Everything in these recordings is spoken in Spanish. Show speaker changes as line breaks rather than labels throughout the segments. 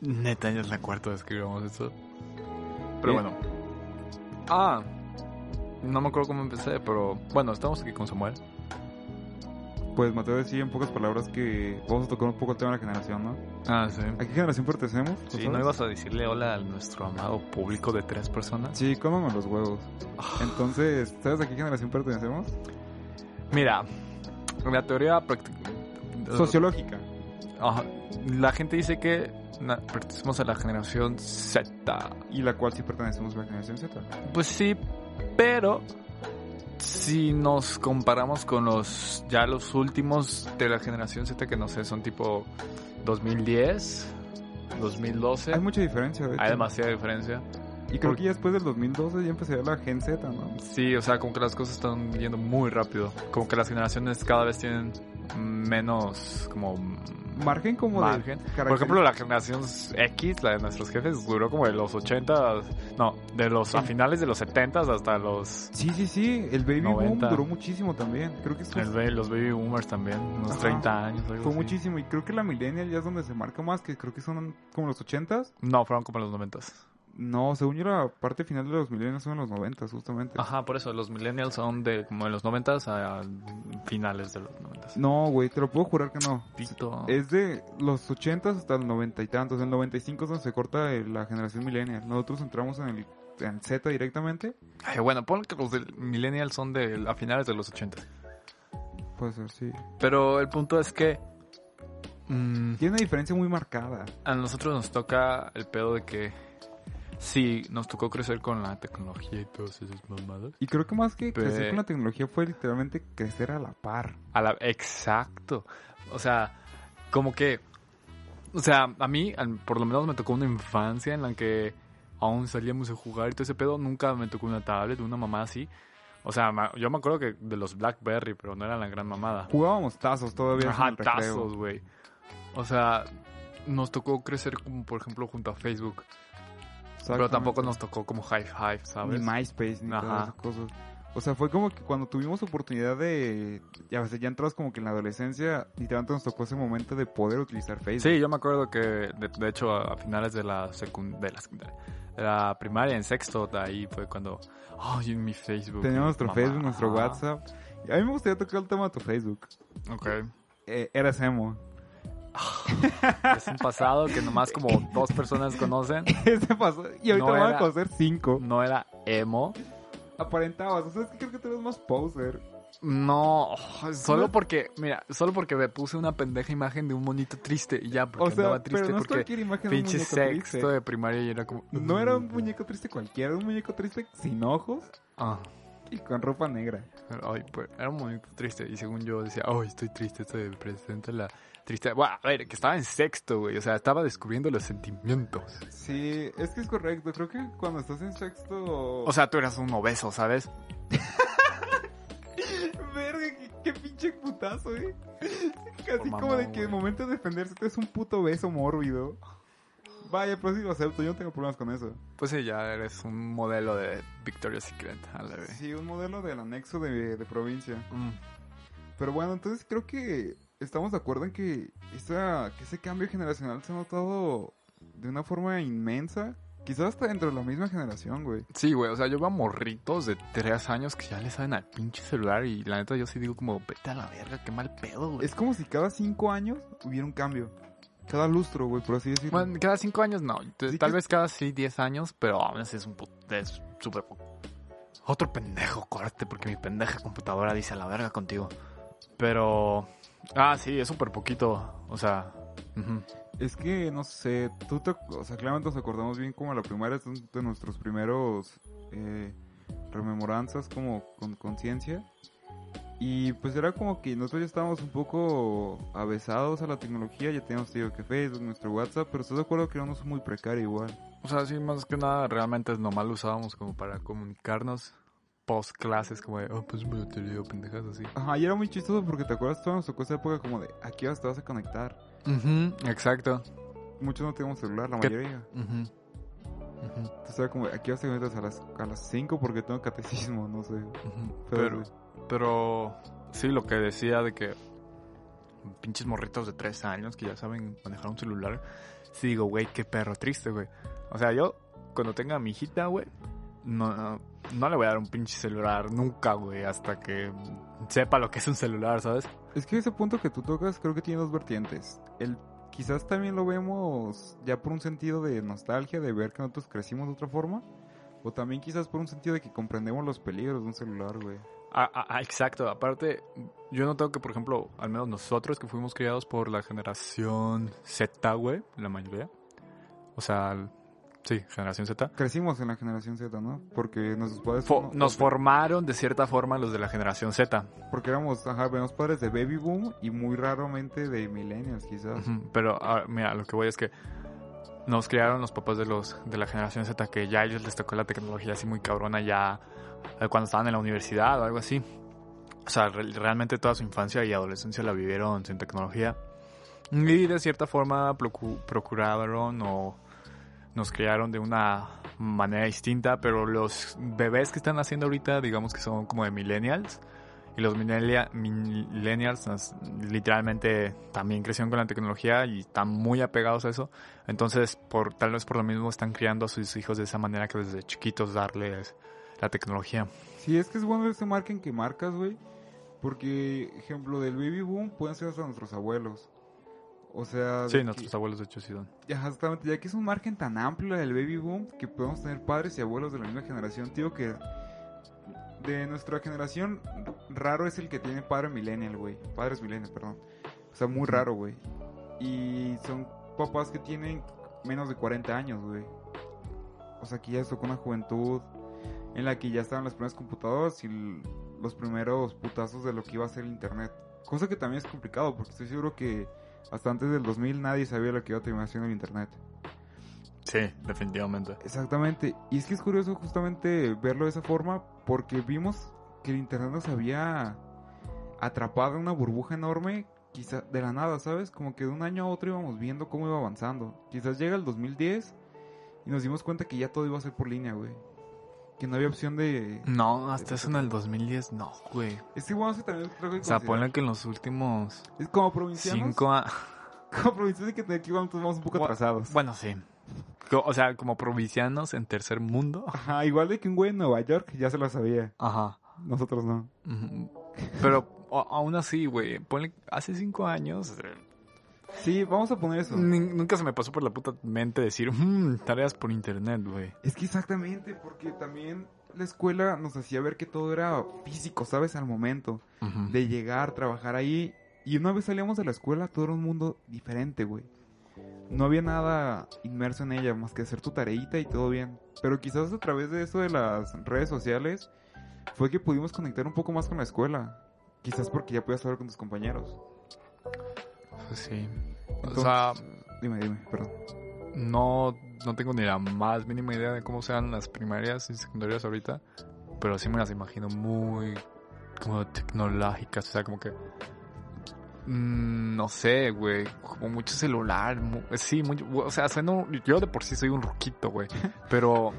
Neta, ya es la cuarta vez que grabamos esto. Pero
¿Eh?
bueno. Ah, no me acuerdo cómo empecé, pero bueno, estamos aquí con Samuel.
Pues Mateo decía en pocas palabras que vamos a tocar un poco el tema de la generación, ¿no?
Ah, sí.
¿A qué generación pertenecemos?
Sí,
¿Tú sabes?
¿no ibas a decirle hola a nuestro amado público de tres personas?
Sí, cómame los huevos.
Ah.
Entonces, ¿sabes a qué generación pertenecemos?
Mira, la teoría práctica...
Sociológica.
Ajá. La gente dice que na- pertenecemos a la generación Z.
Y la cual sí pertenecemos a la generación Z.
Pues sí, pero si nos comparamos con los ya los últimos de la generación Z que no sé, son tipo 2010, 2012,
Hay mucha diferencia, de hecho.
hay demasiada diferencia.
Y creo
por-
que ya después del 2012 ya empezaría la Gen Z, ¿no?
Sí, o sea, como que las cosas están yendo muy rápido, como que las generaciones cada vez tienen menos como
Margen como
Margen.
de...
Por
caracteres-
ejemplo, la generación X, la de nuestros jefes, duró como de los 80, no, de los a finales de los 70 hasta los
Sí, sí, sí. El Baby
90.
Boom duró muchísimo también. Creo que eso
El ba- los baby boomers también, unos
Ajá.
30 años. algo
fue
así.
muchísimo. Y creo que la Millennial ya es donde se marca más, que creo que son como los 80s.
No, fueron como los 90.
No, según yo la parte final de los millennials son los 90 justamente.
Ajá, por eso, los millennials son de como de los 90 a finales de los 90.
No, güey, te lo puedo jurar que no.
Pito.
Es de los 80 hasta el 90 y tantos. En el 95 es donde se corta eh, la generación millennial. Nosotros entramos en el en Z directamente.
Ay, bueno, pon que los del millennials son de a finales de los 80.
Puede ser, Pues, eh, sí.
Pero el punto es que mm,
Tiene una diferencia muy marcada.
a nosotros nos toca el pedo de que sí, nos tocó crecer con la tecnología y todas esas mamadas.
Y creo que más que
Pe-
crecer con la tecnología fue literalmente crecer a la par.
A la, exacto. O sea, como que. O sea, a mí, al- por lo menos, me tocó una infancia en la que aún salíamos a jugar y todo ese pedo. Nunca me tocó una tablet, una mamá así. O sea, ma- yo me acuerdo que de los Blackberry, pero no era la gran mamada.
Jugábamos tazos todavía. en
Ajá,
el recreo.
tazos, güey. O sea, nos tocó crecer, como, por ejemplo, junto a Facebook. Pero
Exactamente.
tampoco nos tocó como Hive Hive, ¿sabes?
Ni MySpace, ni
Ajá.
todas esas cosas. O sea, fue como que cuando tuvimos oportunidad de... Ya, o sea, ya entrados como que en la adolescencia, literalmente nos tocó ese momento de poder utilizar Facebook.
Sí, yo me acuerdo que, de, de hecho, a, a finales de la, secund de la secundaria, de la primaria, en sexto, de ahí fue cuando, ay, en mi Facebook.
Teníamos nuestro
mamá,
Facebook, nuestro
ajá.
WhatsApp. Y A mí me gustaría tocar el tema de tu Facebook.
Ok.
Eh, eras emo.
Es un pasado que nomás como dos personas conocen.
Ese pasó. Y ahorita
No
van
era. Mm.
a conocer cinco.
No era emo.
Aparentabas. O sea, es que creo que tú eres más poser.
No, oh, solo porque, mira, solo porque me puse una pendeja imagen de un monito triste y ya, porque
O sea,
andaba
pero
triste
no es
porque
cualquier imagen de un
pinche eh.
muñeco
sexto
triste.
de primaria y era como... mm,
No era un muñeco triste cualquiera, era un muñeco triste sin ojos
Ah.
y con ropa negra.
Ay, pues, era un momento triste. Y según yo decía, ay, estoy triste, estoy presente la tristeza. Bueno, a ver, que estaba en sexto, güey. O sea, estaba descubriendo los sentimientos.
Sí, es que es correcto. Creo que cuando estás en sexto.
O sea, tú eras un obeso, ¿sabes?
verga, qué, qué pinche putazo, eh. Casi
mamón,
como de que
güey.
el momento de defenderse te es un puto beso mórbido. Vaya, pero sí lo acepto, yo no tengo problemas con eso.
Pues sí, ya eres un modelo de Victoria's Secret, a la vez.
Sí, un modelo del anexo de, de provincia.
Mm.
Pero bueno, entonces creo que estamos de acuerdo en que, esa, que ese cambio generacional se ha notado de una forma inmensa. Quizás hasta dentro de la misma generación, güey.
Sí, güey, o sea, yo veo a morritos de tres años que ya le saben al pinche celular y la neta yo sí digo como, vete a la verga, qué mal pedo, güey.
Es como si cada cinco años hubiera un cambio. Cada lustro, güey, por así decirlo.
Bueno, cada cinco años no, t-
Sí
tal
que-
vez cada sí diez años, pero aún así es un put- es súper po- Otro pendejo, corte, porque mi pendeja computadora dice a la verga contigo. Pero... Ah, sí, es súper poquito, o sea... ujú.
Es que, no sé, tú te, o sea, claramente nos acordamos bien como la primaria, son de nuestros primeros eh, rememoranzas como con conciencia. Y pues era como que nosotros ya estábamos un poco avesados a la tecnología, ya teníamos digo que Facebook, nuestro WhatsApp, pero estoy de acuerdo que éramos muy precario igual.
O sea, sí, más que nada, realmente nomás lo usábamos como para comunicarnos post clases, como de, oh, pues me te digo pendejas así.
Ajá, y era muy chistoso porque te acuerdas, toda nos tocó esa época como de, ¿a qué horas te vas a conectar?
Ujú, exacto.
Muchos no teníamos celular, la
¿Qué-
mayoría.
Ujú. Ujú,
Entonces era como, ¿a qué horas te conectas? A las, a las 5 porque tengo catecismo, no sé.
ujú.
Pero,
Pero, pero sí, lo que decía de que pinches morritos de tres años que ya saben manejar un celular sí digo, güey, qué perro triste, güey. O sea, yo cuando tenga a mi hijita, güey, no, no, no le voy a dar un pinche celular nunca, güey, hasta que sepa lo que es un celular, ¿sabes?
Es que ese punto que tú tocas creo que tiene dos vertientes. El quizás también lo vemos ya por un sentido de nostalgia, de ver que nosotros crecimos de otra forma. O también quizás por un sentido de que comprendemos los peligros de un celular, güey.
Ah, ah, ah, exacto. Aparte, yo noto que, por ejemplo, al menos nosotros que fuimos criados por la generación Z, güey, la mayoría. O sea, el- sí, generación Z.
Crecimos en la generación Z, ¿no? Porque nuestros padres...
Fo-
no-
nos formaron de cierta forma los de la generación Z.
Porque éramos, ajá, veníamos padres de Baby Boom y muy raramente de Millennials, quizás.
Ujú, Pero ah, mira, lo que voy es que nos criaron los papás de los de la generación Z que ya a ellos les tocó la tecnología así muy cabrona ya eh, cuando estaban en la universidad o algo así. O sea, re- realmente toda su infancia y adolescencia la vivieron sin tecnología. Y de cierta forma procu- procuraron o nos criaron de una manera distinta, pero los bebés que están haciendo ahorita, digamos que son como de millennials, y los minelia- millennials nas- literalmente también crecieron con la tecnología y están muy apegados a eso. Entonces, por, tal vez por lo mismo están criando a sus hijos de esa manera que desde chiquitos darles la tecnología.
Sí, es que es bueno ese marca en que marcas, güey. Porque, ejemplo, del Baby Boom pueden ser hasta nuestros abuelos. O sea... de
Sí,
que-
nuestros abuelos de hecho sí son.
Ya, Exactamente, ya que es un margen tan amplio el baby boom que podemos tener padres y abuelos de la misma generación, tío, que de nuestra generación raro es el que tiene padre millennial, güey. Padres millennial, perdón. O sea, muy raro, güey. Y son papás que tienen menos de 40 años, güey. O sea, que ya les tocó una juventud en la que ya estaban las primeras computadoras y l- los primeros putazos de lo que iba a ser el internet. Cosa que también es complicado porque estoy seguro que hasta antes del 2000 nadie sabía lo que iba a terminar siendo el internet.
Sí, definitivamente.
Exactamente. Y es que es curioso justamente verlo de esa forma porque vimos que el internet nos había atrapado en una burbuja enorme, quizá de la nada, ¿sabes? Como que de un año a otro íbamos viendo cómo iba avanzando. Quizás llega el 2010 y nos dimos cuenta que ya todo iba a ser por línea, güey. Que no había opción de...
No, hasta eso en el 2010 no, güey.
Es que bueno, es que también creo que
O sea,
considerar-
ponle que en los últimos
Es como provincianos.
cinco años...
Como provincianos que aquí vamos, vamos un poco
Gua-
atrasados.
Bueno, sí. Co- O sea, como provincianos en tercer mundo.
Ajá, igual de que un güey en Nueva York ya se lo sabía.
Ajá.
Nosotros no.
Ujú. Pero a- aún así, güey, ponle- hace cinco años eh,
Sí, vamos a poner eso.
Ni- nunca se me pasó por la puta mente decir, "Mm, tareas por internet, güey.
Es que exactamente, porque también la escuela nos hacía ver que todo era físico, ¿sabes? Al momento
Ujú.
de llegar, trabajar ahí. Y una vez salíamos de la escuela, todo era un mundo diferente, güey. No había nada inmerso en ella más que hacer tu tareita y todo bien. Pero quizás a través de eso de las redes sociales fue que pudimos conectar un poco más con la escuela. Quizás porque ya podías hablar con tus compañeros.
Sí.
Entonces,
o sea,
Dime, dime, perdón.
no, no tengo ni la más mínima idea de cómo sean las primarias y secundarias ahorita, pero sí me las imagino muy como tecnológicas, o sea, como que... mm, no sé, güey, como mucho celular, mu- sí, mucho, o sea, sueno- yo de por sí soy un ruquito, güey, pero...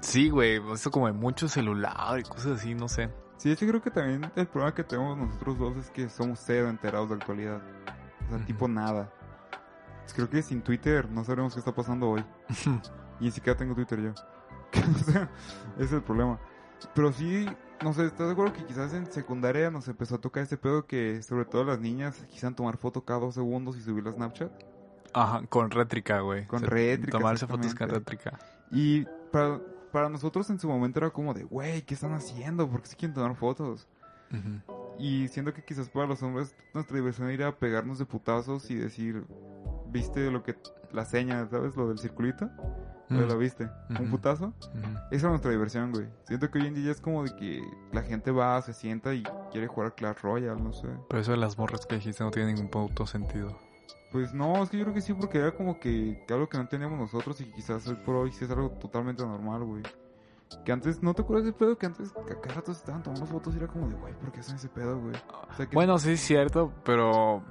Sí, güey, eso como de mucho celular y cosas así, no sé.
Sí, es que creo que también el problema que tenemos nosotros dos es que somos cero enterados de actualidad. O sea,
Ujú.
tipo nada. Creo que sin Twitter no sabremos qué está pasando hoy. y ni siquiera tengo Twitter yo. O sea, ese es el problema. Pero sí, no sé, ¿estás de acuerdo que quizás en secundaria nos empezó a tocar ese pedo que sobre todo las niñas quisieran tomar foto cada dos segundos y subirla a Snapchat?
Ajá, con rétrica, güey.
Con
O sea,
rétrica,
Tomarse fotos con
exactamente.
rétrica.
Y para, para nosotros en su momento era como de, güey, ¿qué están haciendo? ¿Por qué se quieren tomar fotos?
Ujú.
Y siento que quizás para los hombres nuestra diversión era ir a pegarnos de putazos y decir, ¿viste lo que la seña, sabes? Lo del circulito. ¿O ¿Lo viste? ¿Un
Ujú.
putazo?
Ujú.
Esa es nuestra diversión, güey. Siento que hoy en día es como de que la gente va, se sienta y quiere jugar a Clash Royale, no sé.
Pero eso de las morras que dijiste no tiene ningún puto sentido.
Pues no, es que yo creo que sí, porque era como que, que algo que no teníamos nosotros y que quizás hoy por hoy sí es algo totalmente normal, güey. Que antes, ¿no te acuerdas de ese pedo? Que antes, que a cada rato se estaban tomando fotos y era como de, güey, ¿por qué hacen ese pedo, güey? O sea, que-
Bueno, sí, es cierto, pero.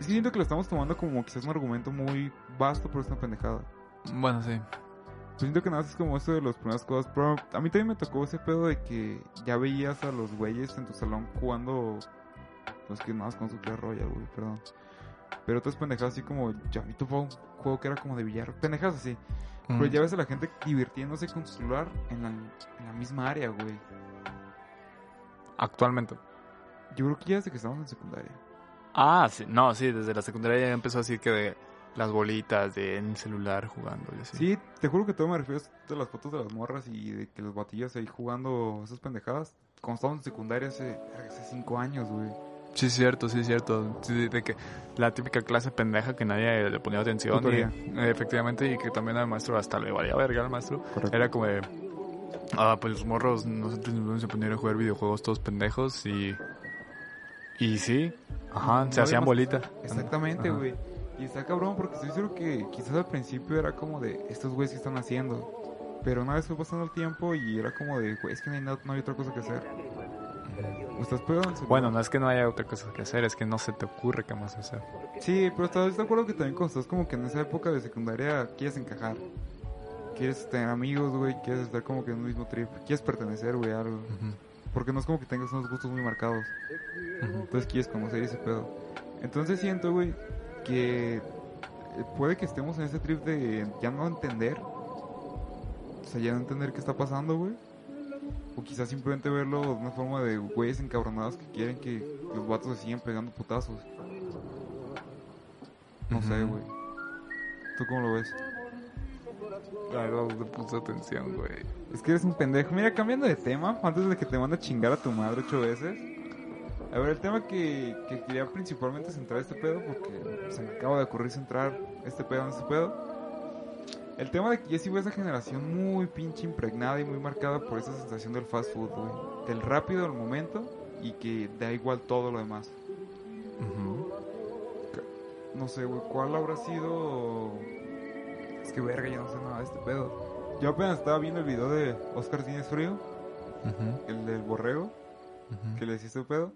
Es que siento que lo estamos tomando como quizás un argumento muy vasto, pero es una pendejada.
Bueno, sí.
Pues siento que nada más es como eso de las primeras cosas. Pero a mí también me tocó ese pedo de que ya veías a los güeyes en tu salón jugando. Pues que nada más con su Clash Royale, güey, perdón. Pero otras pendejadas así como, ya vi tu un juego que era como de billar. Pendejadas así. Pero Pues ya ves a la gente divirtiéndose con su celular en la, en la misma área, güey.
Actualmente.
Yo creo que ya desde que estamos en secundaria.
Ah, sí, no, sí, desde la secundaria ya empezó así que de las bolitas, de en el celular jugando y así.
Sí, te juro que todo me refiero a las fotos de las morras y de que los batillas ahí jugando esas pendejadas. Cuando estábamos en secundaria hace, hace cinco años, güey.
Sí, es cierto, sí, es cierto. Sí, sí, de que la típica clase pendeja que nadie le ponía atención. y-
Tutoría.
eh, efectivamente, y que también al maestro hasta le valía verga al maestro.
Correcto.
Era como de, ah, pues los morros, nosotros nos vamos a poner a jugar videojuegos todos pendejos y... Y sí, ajá,
No
se
había
hacían
más-
bolita.
Exactamente,
Ajá.
güey. Y está cabrón porque estoy seguro que quizás al principio era como de estos güeyes que están haciendo. Pero una vez fue pasando el tiempo y era como de, güey, es que no hay, na- no hay otra cosa que hacer. O Estás pegado en el celular.
Bueno, no es que no haya otra cosa que hacer, es que no se te ocurre qué más hacer.
Sí, pero estás de acuerdo que también cuando estás como que en esa época de secundaria quieres encajar. Quieres tener amigos, güey, quieres estar como que en un mismo trip. Quieres pertenecer, güey, a algo. Porque no es como que tengas unos gustos muy marcados. Entonces quieres conocer ese pedo. Entonces siento, güey, que eh, puede que estemos en ese trip de ya no entender. O sea, ya no entender qué está pasando, güey. O quizás simplemente verlo de una forma de güeyes encabronados que quieren que los vatos se sigan pegando putazos. No sé,
Ujú.
güey. ¿Tú cómo lo ves?
Claro, no puse atención, güey.
Es que eres un pendejo. Mira, cambiando de tema, antes de que te mande a chingar a tu madre ocho veces. A ver, el tema que, que quería principalmente centrar este pedo, porque se me acaba de ocurrir centrar este pedo en este pedo. El tema de que yo sí veo esa generación muy pinche impregnada y muy marcada por esa sensación del fast food, güey. Del rápido al momento y que da igual todo lo demás. No sé, güey, ¿cuál habrá sido? Es que verga, yo no sé nada de este pedo. Yo apenas estaba viendo el video de Oscar Tienes Frío, el del borrego, que le decía este pedo.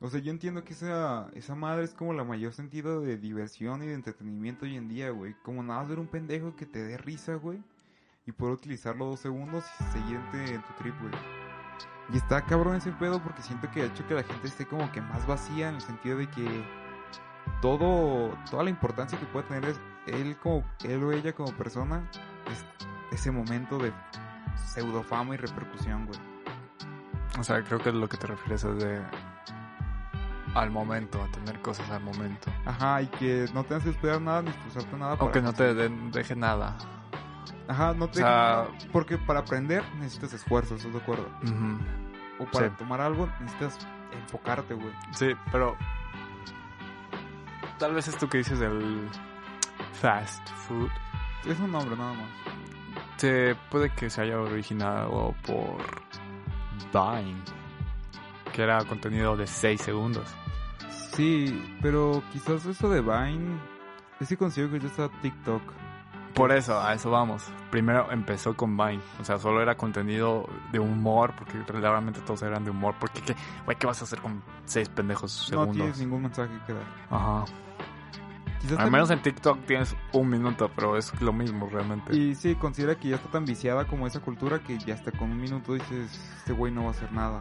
O sea, yo entiendo que esa, esa madre es como la mayor sentido de diversión y de entretenimiento hoy en día, güey. Como nada más ver un pendejo que te dé risa, güey. Y poder utilizarlo dos segundos y siguiente en tu trip, güey. Y está cabrón ese pedo porque siento que ha hecho que la gente esté como que más vacía en el sentido de que todo, toda la importancia que puede tener es él como, él o ella como persona, es ese momento de pseudo fama y repercusión, güey.
O sea, creo que lo que te refieres es de... Al momento, a tener cosas al momento.
Ajá, y que no tengas que esperar nada ni esforzarte nada.
Aunque no te
conseguir-
den- deje nada.
Ajá, no
O
te.
sea...
Porque para aprender necesitas esfuerzo, ¿estás de acuerdo?
ujú.
O para
Sí.
tomar algo necesitas enfocarte, güey.
Sí, pero... Tal vez esto que dices del... Fast food.
Es un nombre nada más.
Se puede que se haya originado por Vine, que era contenido de 6 segundos.
Sí, pero quizás eso de Vine. Es que considero que ya está TikTok.
Por eso, a eso vamos. Primero empezó con Vine. O sea, solo era contenido de humor, porque realmente todos eran de humor. Porque, ¿qué, güey, ¿qué vas a hacer con seis pendejos
No
segundos?
tienes ningún mensaje que dar.
Ajá.
Quizás
Al
también-
menos en TikTok tienes un minuto, pero es lo mismo realmente.
Y sí, considera que ya está tan viciada como esa cultura que ya hasta con un minuto dices, este güey no va a hacer nada.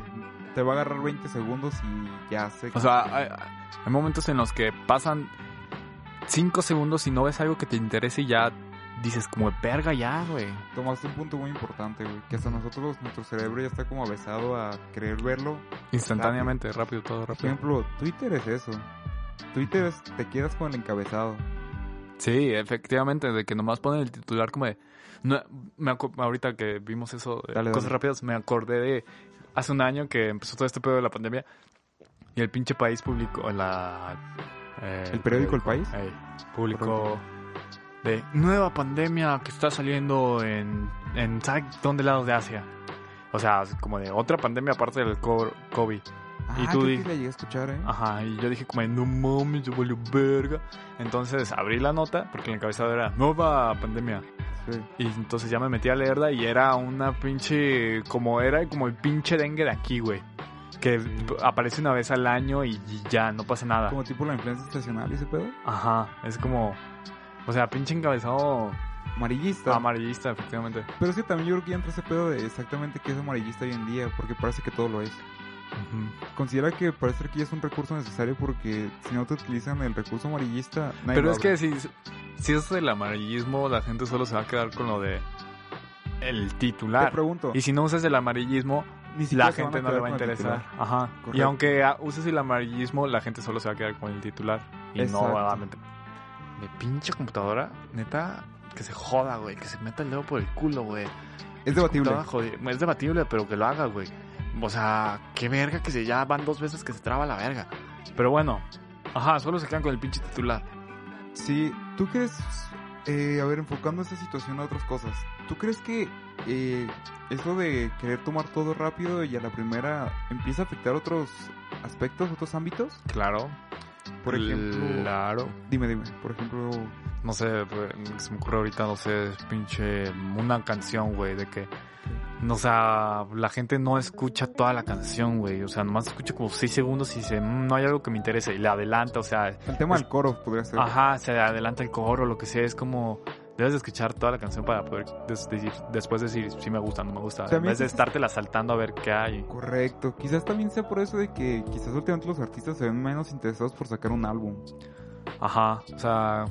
Te va a agarrar 20 segundos y ya sé.
O sea, hay, hay momentos en los que pasan cinco segundos y no ves algo que te interese y ya dices, como de verga ya, güey.
Tomaste un punto muy importante, güey. Que hasta nosotros, nuestro cerebro ya está como avesado a querer verlo.
Instantáneamente, rápido, todo
Por
rápido.
ejemplo, Twitter es eso. Twitter es, te quedas con el encabezado.
Sí, efectivamente, de que nomás ponen el titular como de... no, me acu- ahorita que vimos eso, de
Dale,
cosas
dale.
rápidas, me acordé de hace un año que empezó todo este pedo de la pandemia y el pinche país publicó la... eh,
¿El periódico El País?
Ey, publicó de nueva pandemia que está saliendo en, en ¿sabe dónde lados de Asia. O sea, es como de otra pandemia aparte del co- COVID.
Ah,
Y tú
creo
di- Ah.
que la llegué a escuchar, ¿eh?
Ajá, y yo dije como, de, no mames, se valió verga. Entonces abrí la nota, porque el encabezado era nueva pandemia.
Sí.
Y entonces ya me metí a leerla y era una pinche, como era como el pinche dengue de aquí, güey. Que aparece una vez al año y, y ya, no pasa nada.
Como tipo la influencia estacional y ese pedo.
Ajá, es como, o sea, pinche encabezado Ah,
Amarillista.
amarillista, efectivamente.
Pero es que también yo creo que ya entra ese pedo de exactamente qué es amarillista hoy en día, porque parece que todo lo es.
Ujú.
Considera que parece que ya es un recurso necesario porque si no te utilizan el recurso amarillista,
Pero
nadie lo
es
abre.
que si, si es del amarillismo, la gente solo se va a quedar con lo de el
te
titular.
pregunto,
Y si no usas el amarillismo,
ni
la
siquiera se van
gente no le
quedar
va a
con el
interesar.
titular.
Ajá. Y
Correcto.
aunque ah, uses el amarillismo, la gente solo se va a quedar con el titular. Y no va a meter. Mi pinche computadora, neta, que se joda, güey. Que se meta el dedo por el culo, güey.
Es debatible.
Computadora jodida. Es debatible, pero que lo haga, güey. O sea, qué verga que se ya van dos veces que se traba la verga. Pero bueno, ajá, solo se quedan con el pinche titular.
Sí, ¿tú crees, eh, a ver, enfocando esta situación a otras cosas, ¿tú crees que eh, esto de querer tomar todo rápido y a la primera empieza a afectar otros aspectos, otros ámbitos?
Claro.
Por ejemplo,
Claro.
dime, dime, por ejemplo,
No sé, pues, se me ocurre ahorita, no sé, pinche, una canción, güey, de que, no, o sea, la gente no escucha toda la canción, güey, o sea, nomás escucha como seis segundos y dice, "Mm, no hay algo que me interese, y la adelanta, o sea,
el tema
Es-
del coro podría ser.
Pues, ajá, se adelanta el coro, lo que sea, es como, debes de escuchar toda la canción para poder des- decir- después decir si me gusta, no me gusta,
O sea, a
en
mí
vez de
sí-
estártela saltando a ver qué hay.
Correcto, quizás también sea por eso de que quizás últimamente los artistas se ven menos interesados por sacar un álbum.
Ajá, o sea,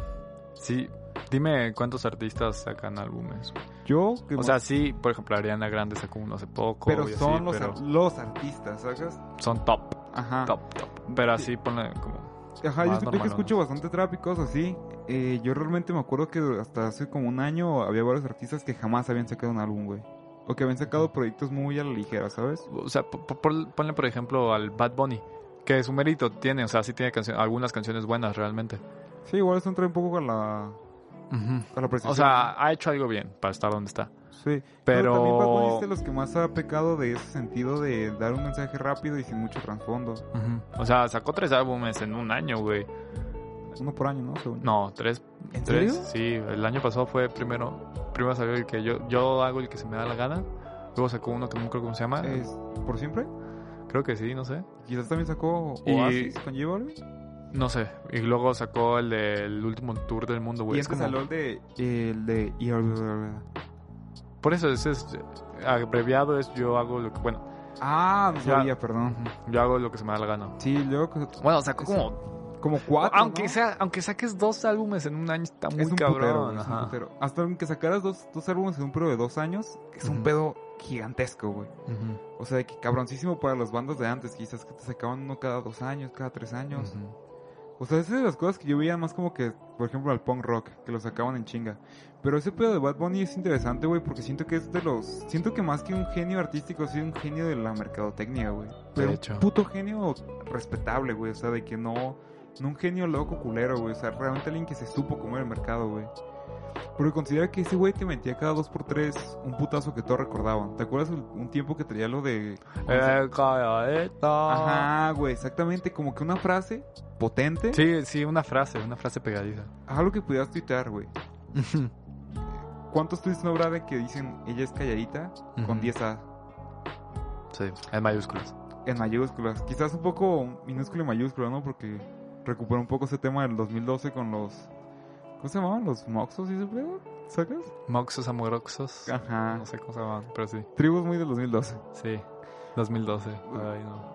sí, dime cuántos artistas sacan álbumes.
Yo, que
O sea, sí, por ejemplo, Ariana Grande sacó uno hace poco.
pero
y así,
son los,
pero
ar- los artistas, ¿sabes?
son top,
Ajá.
top, top. Pero así ponle como. Más
Ajá, yo, siempre que
normal,
escucho bastante trap y cosas así. Eh, yo realmente me acuerdo que hasta hace como un año había varios artistas que jamás habían sacado un álbum, güey. O que habían sacado proyectos muy a la ligera, ¿sabes?
O sea, po- po- por- ponle por ejemplo al Bad Bunny, que su mérito tiene, o sea, sí tiene cancio- algunas canciones buenas realmente.
Sí, igual eso entra un poco con la,
Ujú.
con la precisión.
O sea, ha hecho algo bien para estar donde está.
sí. también Bad Bunny es
Pero.
de los que más ha pecado de ese sentido de dar un mensaje rápido y sin mucho trasfondo.
Ujú. O sea, sacó tres álbumes en un año, güey.
Uno por año, ¿no? Según-
No, tres.
¿En
tres,
serio?
Sí, el año pasado fue primero. Primero salió el que yo, yo hago el que se me da la gana. Luego sacó uno que no creo cómo se llama.
Es ¿Por siempre?
Creo que sí, no sé.
Quizás también sacó
Y-
Oasis con J Balvin.
No sé. Y luego sacó el del último tour del mundo,
y
güey. Es
antes
como-
salió el de... El de... y-
Por eso es, es- abreviado es yo hago lo que bueno,
Ah, no
Ya.
sabía, perdón.
yo hago lo que se me da la gana.
Sí, luego que-
Bueno, sacó
como-
como
como cuatro.
aunque
¿no?
sea aunque saques dos álbumes en un año está muy
es un
cabrón,
putero, güey, es un
ajá.
putero. Hasta aunque sacaras dos, dos álbumes en un periodo de dos años, es un
Ujú.
pedo gigantesco, güey.
Ujú,
O sea, de que cabroncísimo para las bandas de antes, quizás que te sacaban uno cada dos años, cada tres años.
ujú.
O sea, esas de las cosas que yo veía más como que, por ejemplo, al punk rock, que lo sacaban en chinga. Pero ese pedo de Bad Bunny es interesante, güey, porque siento que es de los... Siento que más que un genio artístico, soy un genio de la mercadotecnia, güey. Pero un
hecho.
puto genio respetable, güey. O sea, de que no... No un genio loco culero, güey. O sea, realmente alguien que se supo comer el mercado, güey. Porque considera que ese güey te metía cada dos por tres un putazo que todos recordaban. ¿Te acuerdas el- un tiempo que traía lo de...
Eh, calladita.
Ajá, güey, exactamente. Como que una frase potente.
Ah. Sí, sí, una frase, una frase pegadiza.
Algo que pudieras tuitear, güey. ¿Cuántos tweets no habrá de que dicen ella es calladita con
Ujú.
10A
Sí, en mayúsculas.
en mayúsculas? Quizás un poco minúscula y mayúscula, ¿no? Porque recuperó un poco ese tema del 2012 con los... ¿Cómo se llamaban? ¿Los moxos y ese pedo? ¿Sacas?
Moxos amoroxos.
Ajá.
No sé cómo se llaman, pero sí.
Tribus muy del 2012.
Sí. 2012. Ay, no.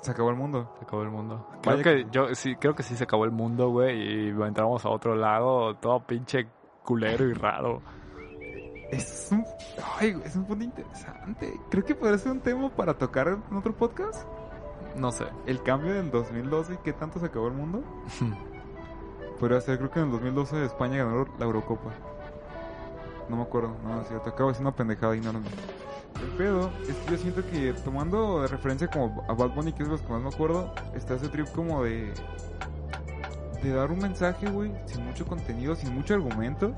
Se acabó el mundo.
Se acabó el mundo. Creo
Vaya
que
que-
yo sí, creo que sí se acabó el mundo, güey, y entramos a otro lado, todo pinche culero y raro.
Es un... Ay, güey, es un punto interesante. Creo que podría ser un tema para tocar en otro podcast.
No sé.
El cambio del 2012 y qué tanto se acabó el mundo. Podría ser, creo que en el 2012 España ganó la Eurocopa. No me acuerdo, no, es cierto. Acabo de decir una pendejada, ignórenme. El pedo es que yo siento que tomando de referencia como a Bad Bunny, que es de los que más me acuerdo, está ese trip como de. de dar un mensaje, güey, sin mucho contenido, sin mucho argumento,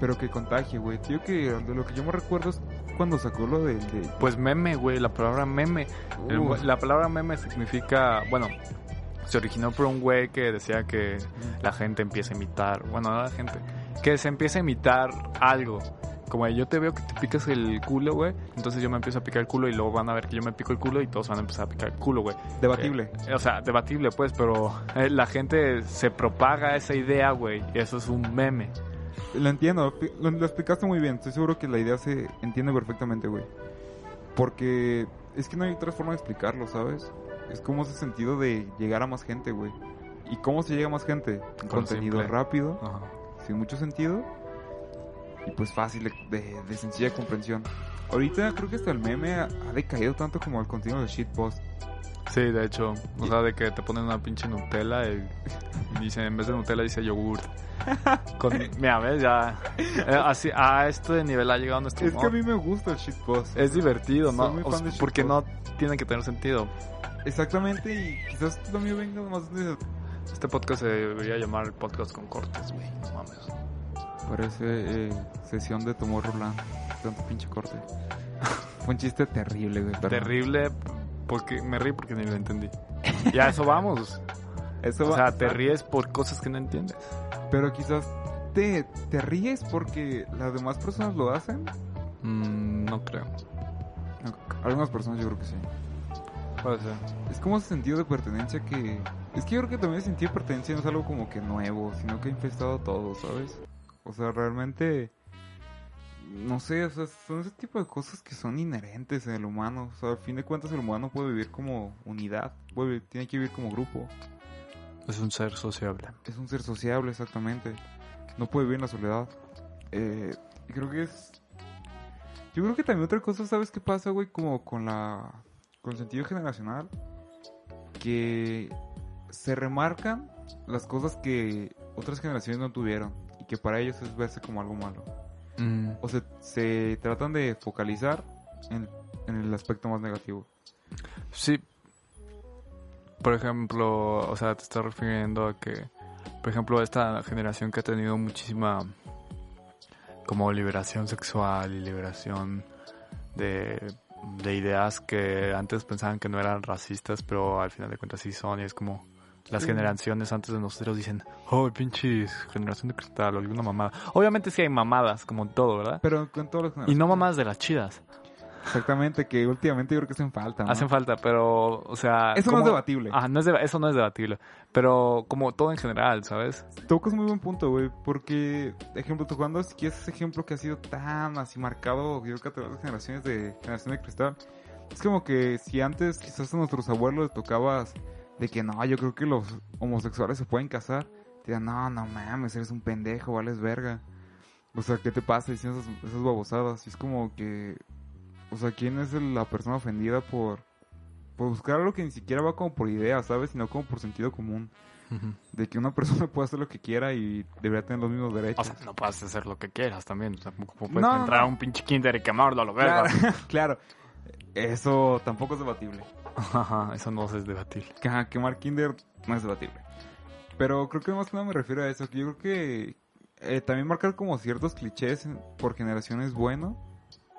pero que contagie, güey. Tío, que de lo que yo me recuerdo es cuando sacó lo del. De,
Pues meme, güey, la palabra meme. El-
Uh,
la palabra meme significa, bueno, se originó por un güey que decía que la gente empieza a imitar, bueno, no la gente, que se empieza a imitar algo. Como de, yo te veo que te picas el culo, güey, entonces yo me empiezo a picar el culo y luego van a ver que yo me pico el culo y todos van a empezar a picar el culo, güey.
debatible.
O sea, debatible pues, pero eh, la gente se propaga esa idea, güey. y Eso es un meme.
Lo entiendo, pi- lo, lo explicaste muy bien. Estoy seguro que la idea se entiende perfectamente, güey. Porque es que no hay otra forma de explicarlo, ¿sabes? Es como ese sentido de llegar a más gente, güey. ¿Y cómo se llega a más gente?
Con
Con contenido
simple.
rápido,
Ajá.
sin mucho sentido. Y pues fácil, de, de- de sencilla comprensión. Ahorita creo que hasta el meme ha, ha decaído tanto como el contenido de shitpost.
Sí, de hecho. O
Y-
sea, de que te ponen una pinche Nutella y, y dicen, en vez de Nutella dice yogurt. Con, mira, ves, ya. eh, así, a este nivel ha llegado nuestro
Es que a
humor.
mí me gusta el shitpost.
Es divertido,
Soy
¿no?
muy
O
fan
sea,
de
porque no
Chipotle.
tiene que tener sentido.
Exactamente, y quizás tú también venga más de...
Este podcast se debería llamar podcast con cortes, güey. No mames.
Parece eh, sesión de Tomorrowland. Tanto pinche corte. Fue un chiste terrible, güey. perdón.
Terrible, porque me reí porque ni lo entendí. Y a eso vamos.
Eso
O
va-
sea, te ríes por cosas que no entiendes.
Pero quizás te, te ríes porque las demás personas lo hacen.
Mm, no creo.
No, Algunas personas yo creo que sí.
Puede ser.
Es como ese sentido de pertenencia que... Es que yo creo que también el sentido de pertenencia no es algo como que nuevo, sino que ha infestado todo, ¿sabes? O sea, realmente... No sé, o sea, son ese tipo de cosas que son inherentes en el humano. O sea, al fin de cuentas el humano puede vivir como unidad, puede vivir- tiene que vivir como grupo.
Es un ser sociable.
Es un ser sociable, exactamente. No puede vivir en la soledad. Eh, y creo que es... Yo creo que también otra cosa, ¿sabes qué pasa, güey? Como con la... Con el sentido generacional. Que se remarcan las cosas que otras generaciones no tuvieron. Y que para ellos es verse como algo malo.
Mm.
O sea, se tratan de focalizar en, en el aspecto más negativo.
Sí. Por ejemplo, o sea, te estás refiriendo a que, por ejemplo, esta generación que ha tenido muchísima como liberación sexual y liberación de, de ideas que antes pensaban que no eran racistas, pero al final de cuentas sí son y es como las
Sí.
generaciones antes de nosotros dicen, oh, pinches, generación de cristal o alguna mamada. Obviamente sí hay mamadas, como en todo, ¿verdad?
Pero con todas las
Y
generaciones.
no mamadas de las chidas.
Exactamente, que últimamente yo creo que hacen falta. ¿no?
Hacen falta, pero, o sea...
Eso no es
¿cómo-
debatible.
Ah, no es deba- eso no es debatible. Pero como todo en general, ¿sabes?
Tocas muy buen punto, güey, porque, ejemplo, tocando si quieres ese ejemplo que ha sido tan así marcado, yo creo que a través de generaciones de generación de cristal, es como que si antes quizás a nuestros abuelos les tocabas de que no, yo creo que los homosexuales se pueden casar, te dirán, no, no mames, eres un pendejo, vales verga. O sea, ¿qué te pasa diciendo esas, esas babosadas? Y es como que, o sea, ¿quién es el- la persona ofendida por, por buscar algo que ni siquiera va como por idea, ¿sabes? Sino como por sentido común de que una persona puede hacer lo que quiera y debería tener los mismos
O
derechos.
sea, no puedes hacer lo que quieras también. O sea, tampoco puedes
No, no,
entrar
no.
a un pinche kinder y quemarlo a lo verga.
claro, claro. Eso tampoco es debatible.
Ajá, eso no es debatible.
Que, ajá, Quemar Kinder no es debatible. Pero creo que más que nada me refiero a eso, que yo creo que eh, también marcar como ciertos clichés en- por generación es bueno.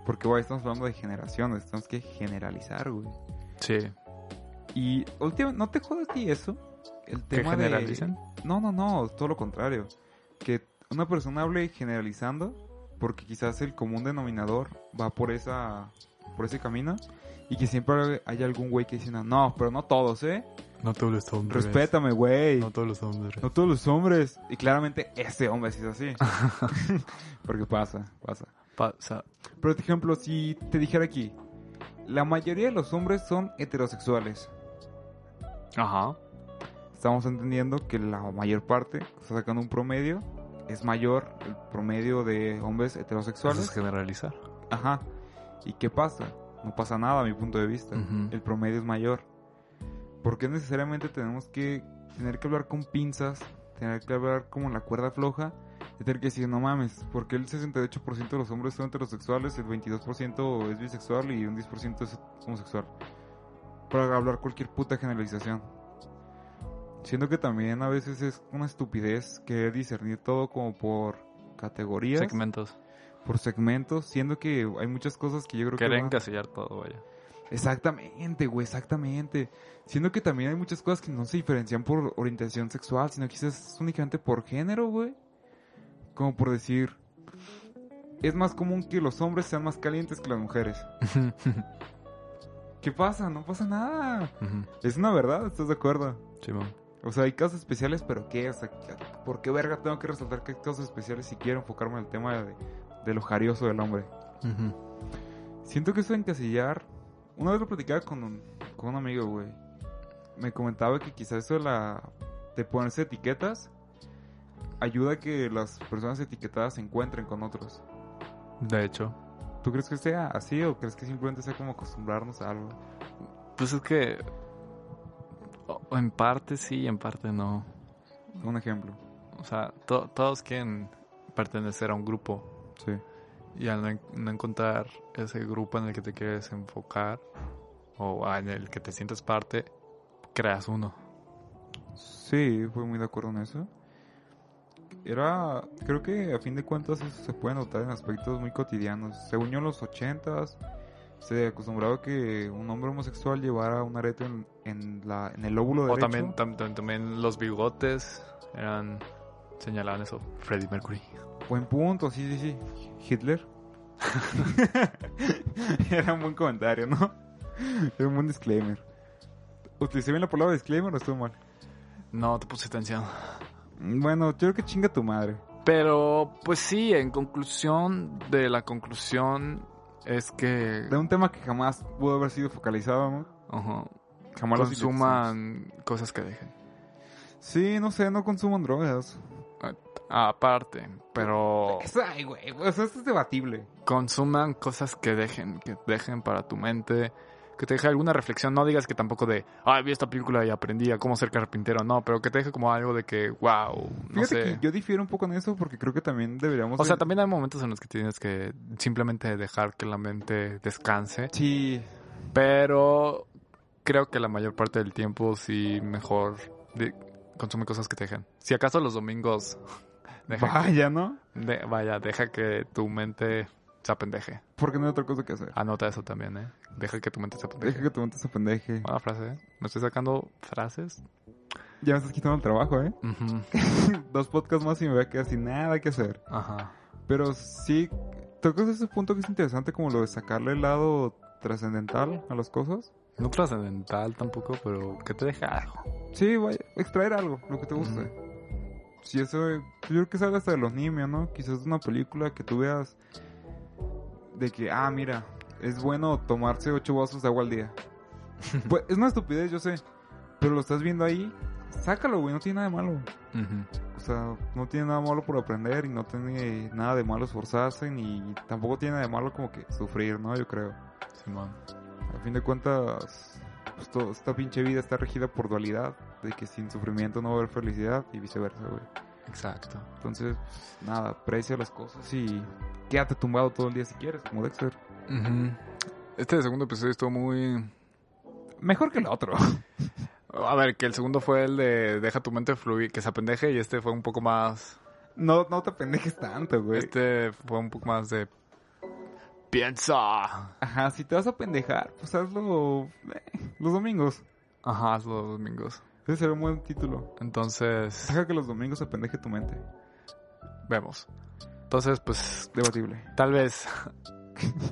Porque, güey, estamos hablando de generaciones, tenemos que generalizar, güey.
Sí.
Y última, ¿no te jode a ti eso? El
¿Que
tema de...
generalicen?
No, no, no, todo lo contrario. Que una persona hable generalizando porque quizás el común denominador va por esa por ese camino y que siempre haya algún güey que dice, "No, pero no todos, ¿eh?
No todos los hombres.
Respétame, güey. No,
todos los hombres.
todos los hombres." Y claramente ese hombre sí es así. porque pasa, pasa.
Pasa.
Pero, por ejemplo, si te dijera aquí, la mayoría de los hombres son heterosexuales.
Ajá.
estamos entendiendo que la mayor parte, o sea, sacando un promedio, es mayor el promedio de hombres
Eso es
heterosexuales.
generalizar.
Ajá. ¿Y qué pasa? No pasa nada a mi punto de vista.
Ujú.
El promedio es mayor. ¿Por qué necesariamente tenemos que tener que hablar con pinzas? Tener que hablar como la cuerda floja. Y tener que decir, no mames, porque el 68% de los hombres son heterosexuales, el 22% es bisexual y un 10% es homosexual? Para hablar cualquier puta generalización. Siento que también a veces es una estupidez querer discernir todo como por categorías,
Segmentos.
por segmentos, siendo que hay muchas cosas que yo creo
Querer
que... van-
encasillar todo, vaya.
Exactamente, güey, exactamente. Siendo que también hay muchas cosas que no se diferencian por orientación sexual, sino quizás es únicamente por género, güey. Como por decir, es más común que los hombres sean más calientes que las mujeres. ¿Qué pasa? No pasa nada.
Ujú.
Es una verdad, ¿estás de acuerdo?
Simón.
O sea, hay casos especiales, pero ¿qué? O sea, ¿por qué verga tengo que resaltar que hay casos especiales si quiero enfocarme en el tema de, de lo jarioso del hombre?
Ujú.
Siento que eso de encasillar Una vez lo platicaba con un, con un amigo, güey. Me comentaba que quizás eso de, la, de ponerse etiquetas ayuda a que las personas etiquetadas se encuentren con otros.
De hecho.
¿Tú crees que sea así o crees que simplemente sea como acostumbrarnos a algo?
Pues es que. o- En parte sí, en parte no.
Un ejemplo.
O sea, to- todos quieren pertenecer a un grupo.
Sí.
Y al no, en- no encontrar ese grupo en el que te quieres enfocar o en el que te sientes parte, creas uno.
Sí, fue muy de acuerdo en eso. Era, creo que a fin de cuentas eso se puede notar en aspectos muy cotidianos. Según yo en los ochentas se acostumbraba que un hombre homosexual llevara un arete en, en la, en el lóbulo
O
derecho.
también, tam- tam- también los bigotes eran señalaban eso. Freddie Mercury.
Buen punto, sí, sí, sí. Hitler. Era un buen comentario, ¿no? Era un buen disclaimer. ¿Utilicé bien la palabra disclaimer o estuvo mal?
No te puse atención.
Bueno, yo creo que chinga tu madre.
Pero pues sí, en conclusión de la conclusión es que
De un tema que jamás pudo haber sido focalizado, ¿no?
ajá,
Jamás lo
consuman cosas que dejen.
sintetizamos. Sí, no sé, no consuman drogas.
Aparte, pero
Es- Ay, güey, o sea, esto es debatible.
consuman cosas que dejen, que dejen para tu mente, que te deje alguna reflexión. No digas que tampoco de, ah, vi esta película y aprendí a cómo ser carpintero, no, pero que te deje como algo de que, wow, no
Fíjate
sé.
que yo difiero un poco en eso porque creo que también deberíamos.
O sea,
de-
también hay momentos en los que tienes que simplemente dejar que la mente descanse,
Sí,
pero creo que la mayor parte del tiempo sí mejor de- consume cosas que te dejen. Si acaso los domingos, deja,
vaya, ¿no?
de- vaya, deja que tu mente se apendeje.
Porque no hay otra cosa que hacer.
Anota eso también, ¿eh? Deja que tu mente se
Deja
apendeje.
que tu mente se pendeje.
Buena frase, ¿eh? Me estoy sacando frases.
Ya me estás quitando el trabajo, ¿eh?
Ujú,
Dos podcasts más y me voy a quedar sin nada que hacer.
Ajá.
Pero sí, tocas ese punto que es interesante, como lo de sacarle el lado trascendental a las cosas.
No trascendental tampoco, pero que te deja algo.
Sí, vaya, extraer algo, lo que te guste.
Ujú.
Si eso, yo creo que sale hasta de los niños, ¿no? Quizás una película que tú veas de que, ah, mira, es bueno tomarse ocho vasos de agua al día. pues es una estupidez, yo sé, pero lo estás viendo ahí, sácalo, güey, no tiene nada de malo.
Ujú.
O sea, no tiene nada malo por aprender y no tiene nada de malo esforzarse ni tampoco tiene nada de malo como que sufrir, ¿no? Yo creo.
Simón.
A fin de cuentas, pues, todo- esta pinche vida está regida por dualidad, de que sin sufrimiento no va a haber felicidad y viceversa, güey.
Exacto.
Entonces, pues, nada, aprecia las cosas y quédate tumbado todo el día si quieres, como Dexter.
Ujú. Este segundo episodio estuvo muy...
Mejor que el otro.
A ver, que el segundo fue el de deja tu mente fluir, que se apendeje, y este fue un poco más...
No, no te pendejes tanto, güey.
Este fue un poco más de... Piensa.
Ajá, si te vas a pendejar, pues hazlo eh, los domingos.
Ajá, hazlo los domingos.
Ese será un buen título.
Entonces,
Deja que los domingos se pendeje tu mente.
vemos. Entonces, pues,
Debatible.
tal vez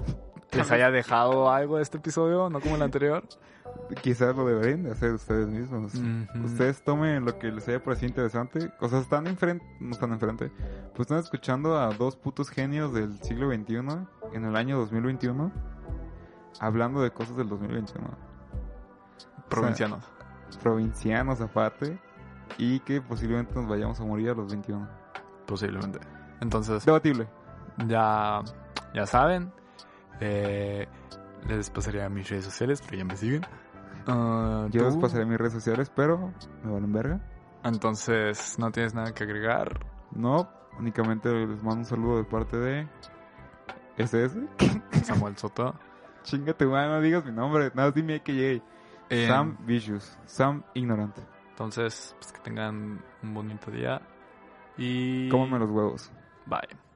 les haya dejado algo este episodio, no como el anterior.
Quizás lo deberían de hacer ustedes mismos.
Ujú.
Ustedes tomen lo que les haya parecido interesante. O sea, están enfrente, no están enfrente, pues están escuchando a dos putos genios del siglo XXI en el año 2021 hablando de cosas del 2021.
Provincianos.
Provincianos aparte y que posiblemente nos vayamos a morir a los 21.
Posiblemente. Entonces,
Debatible.
ya, ya saben. Eh, les pasaré a mis redes sociales, pero ya me siguen. Ah,
Yo
¿tú?
les pasaré mis redes sociales, pero me valen verga.
Entonces, no tienes nada que agregar.
No, únicamente les mando un saludo de parte de SS.
Samuel Soto.
Chinga tu madre, no digas mi nombre, nada, más dime que llegue.
Eh,
Sam Vicious, Sam Ignorante.
Entonces, pues, que tengan un bonito día. Y.
Cómanme los huevos.
Bye.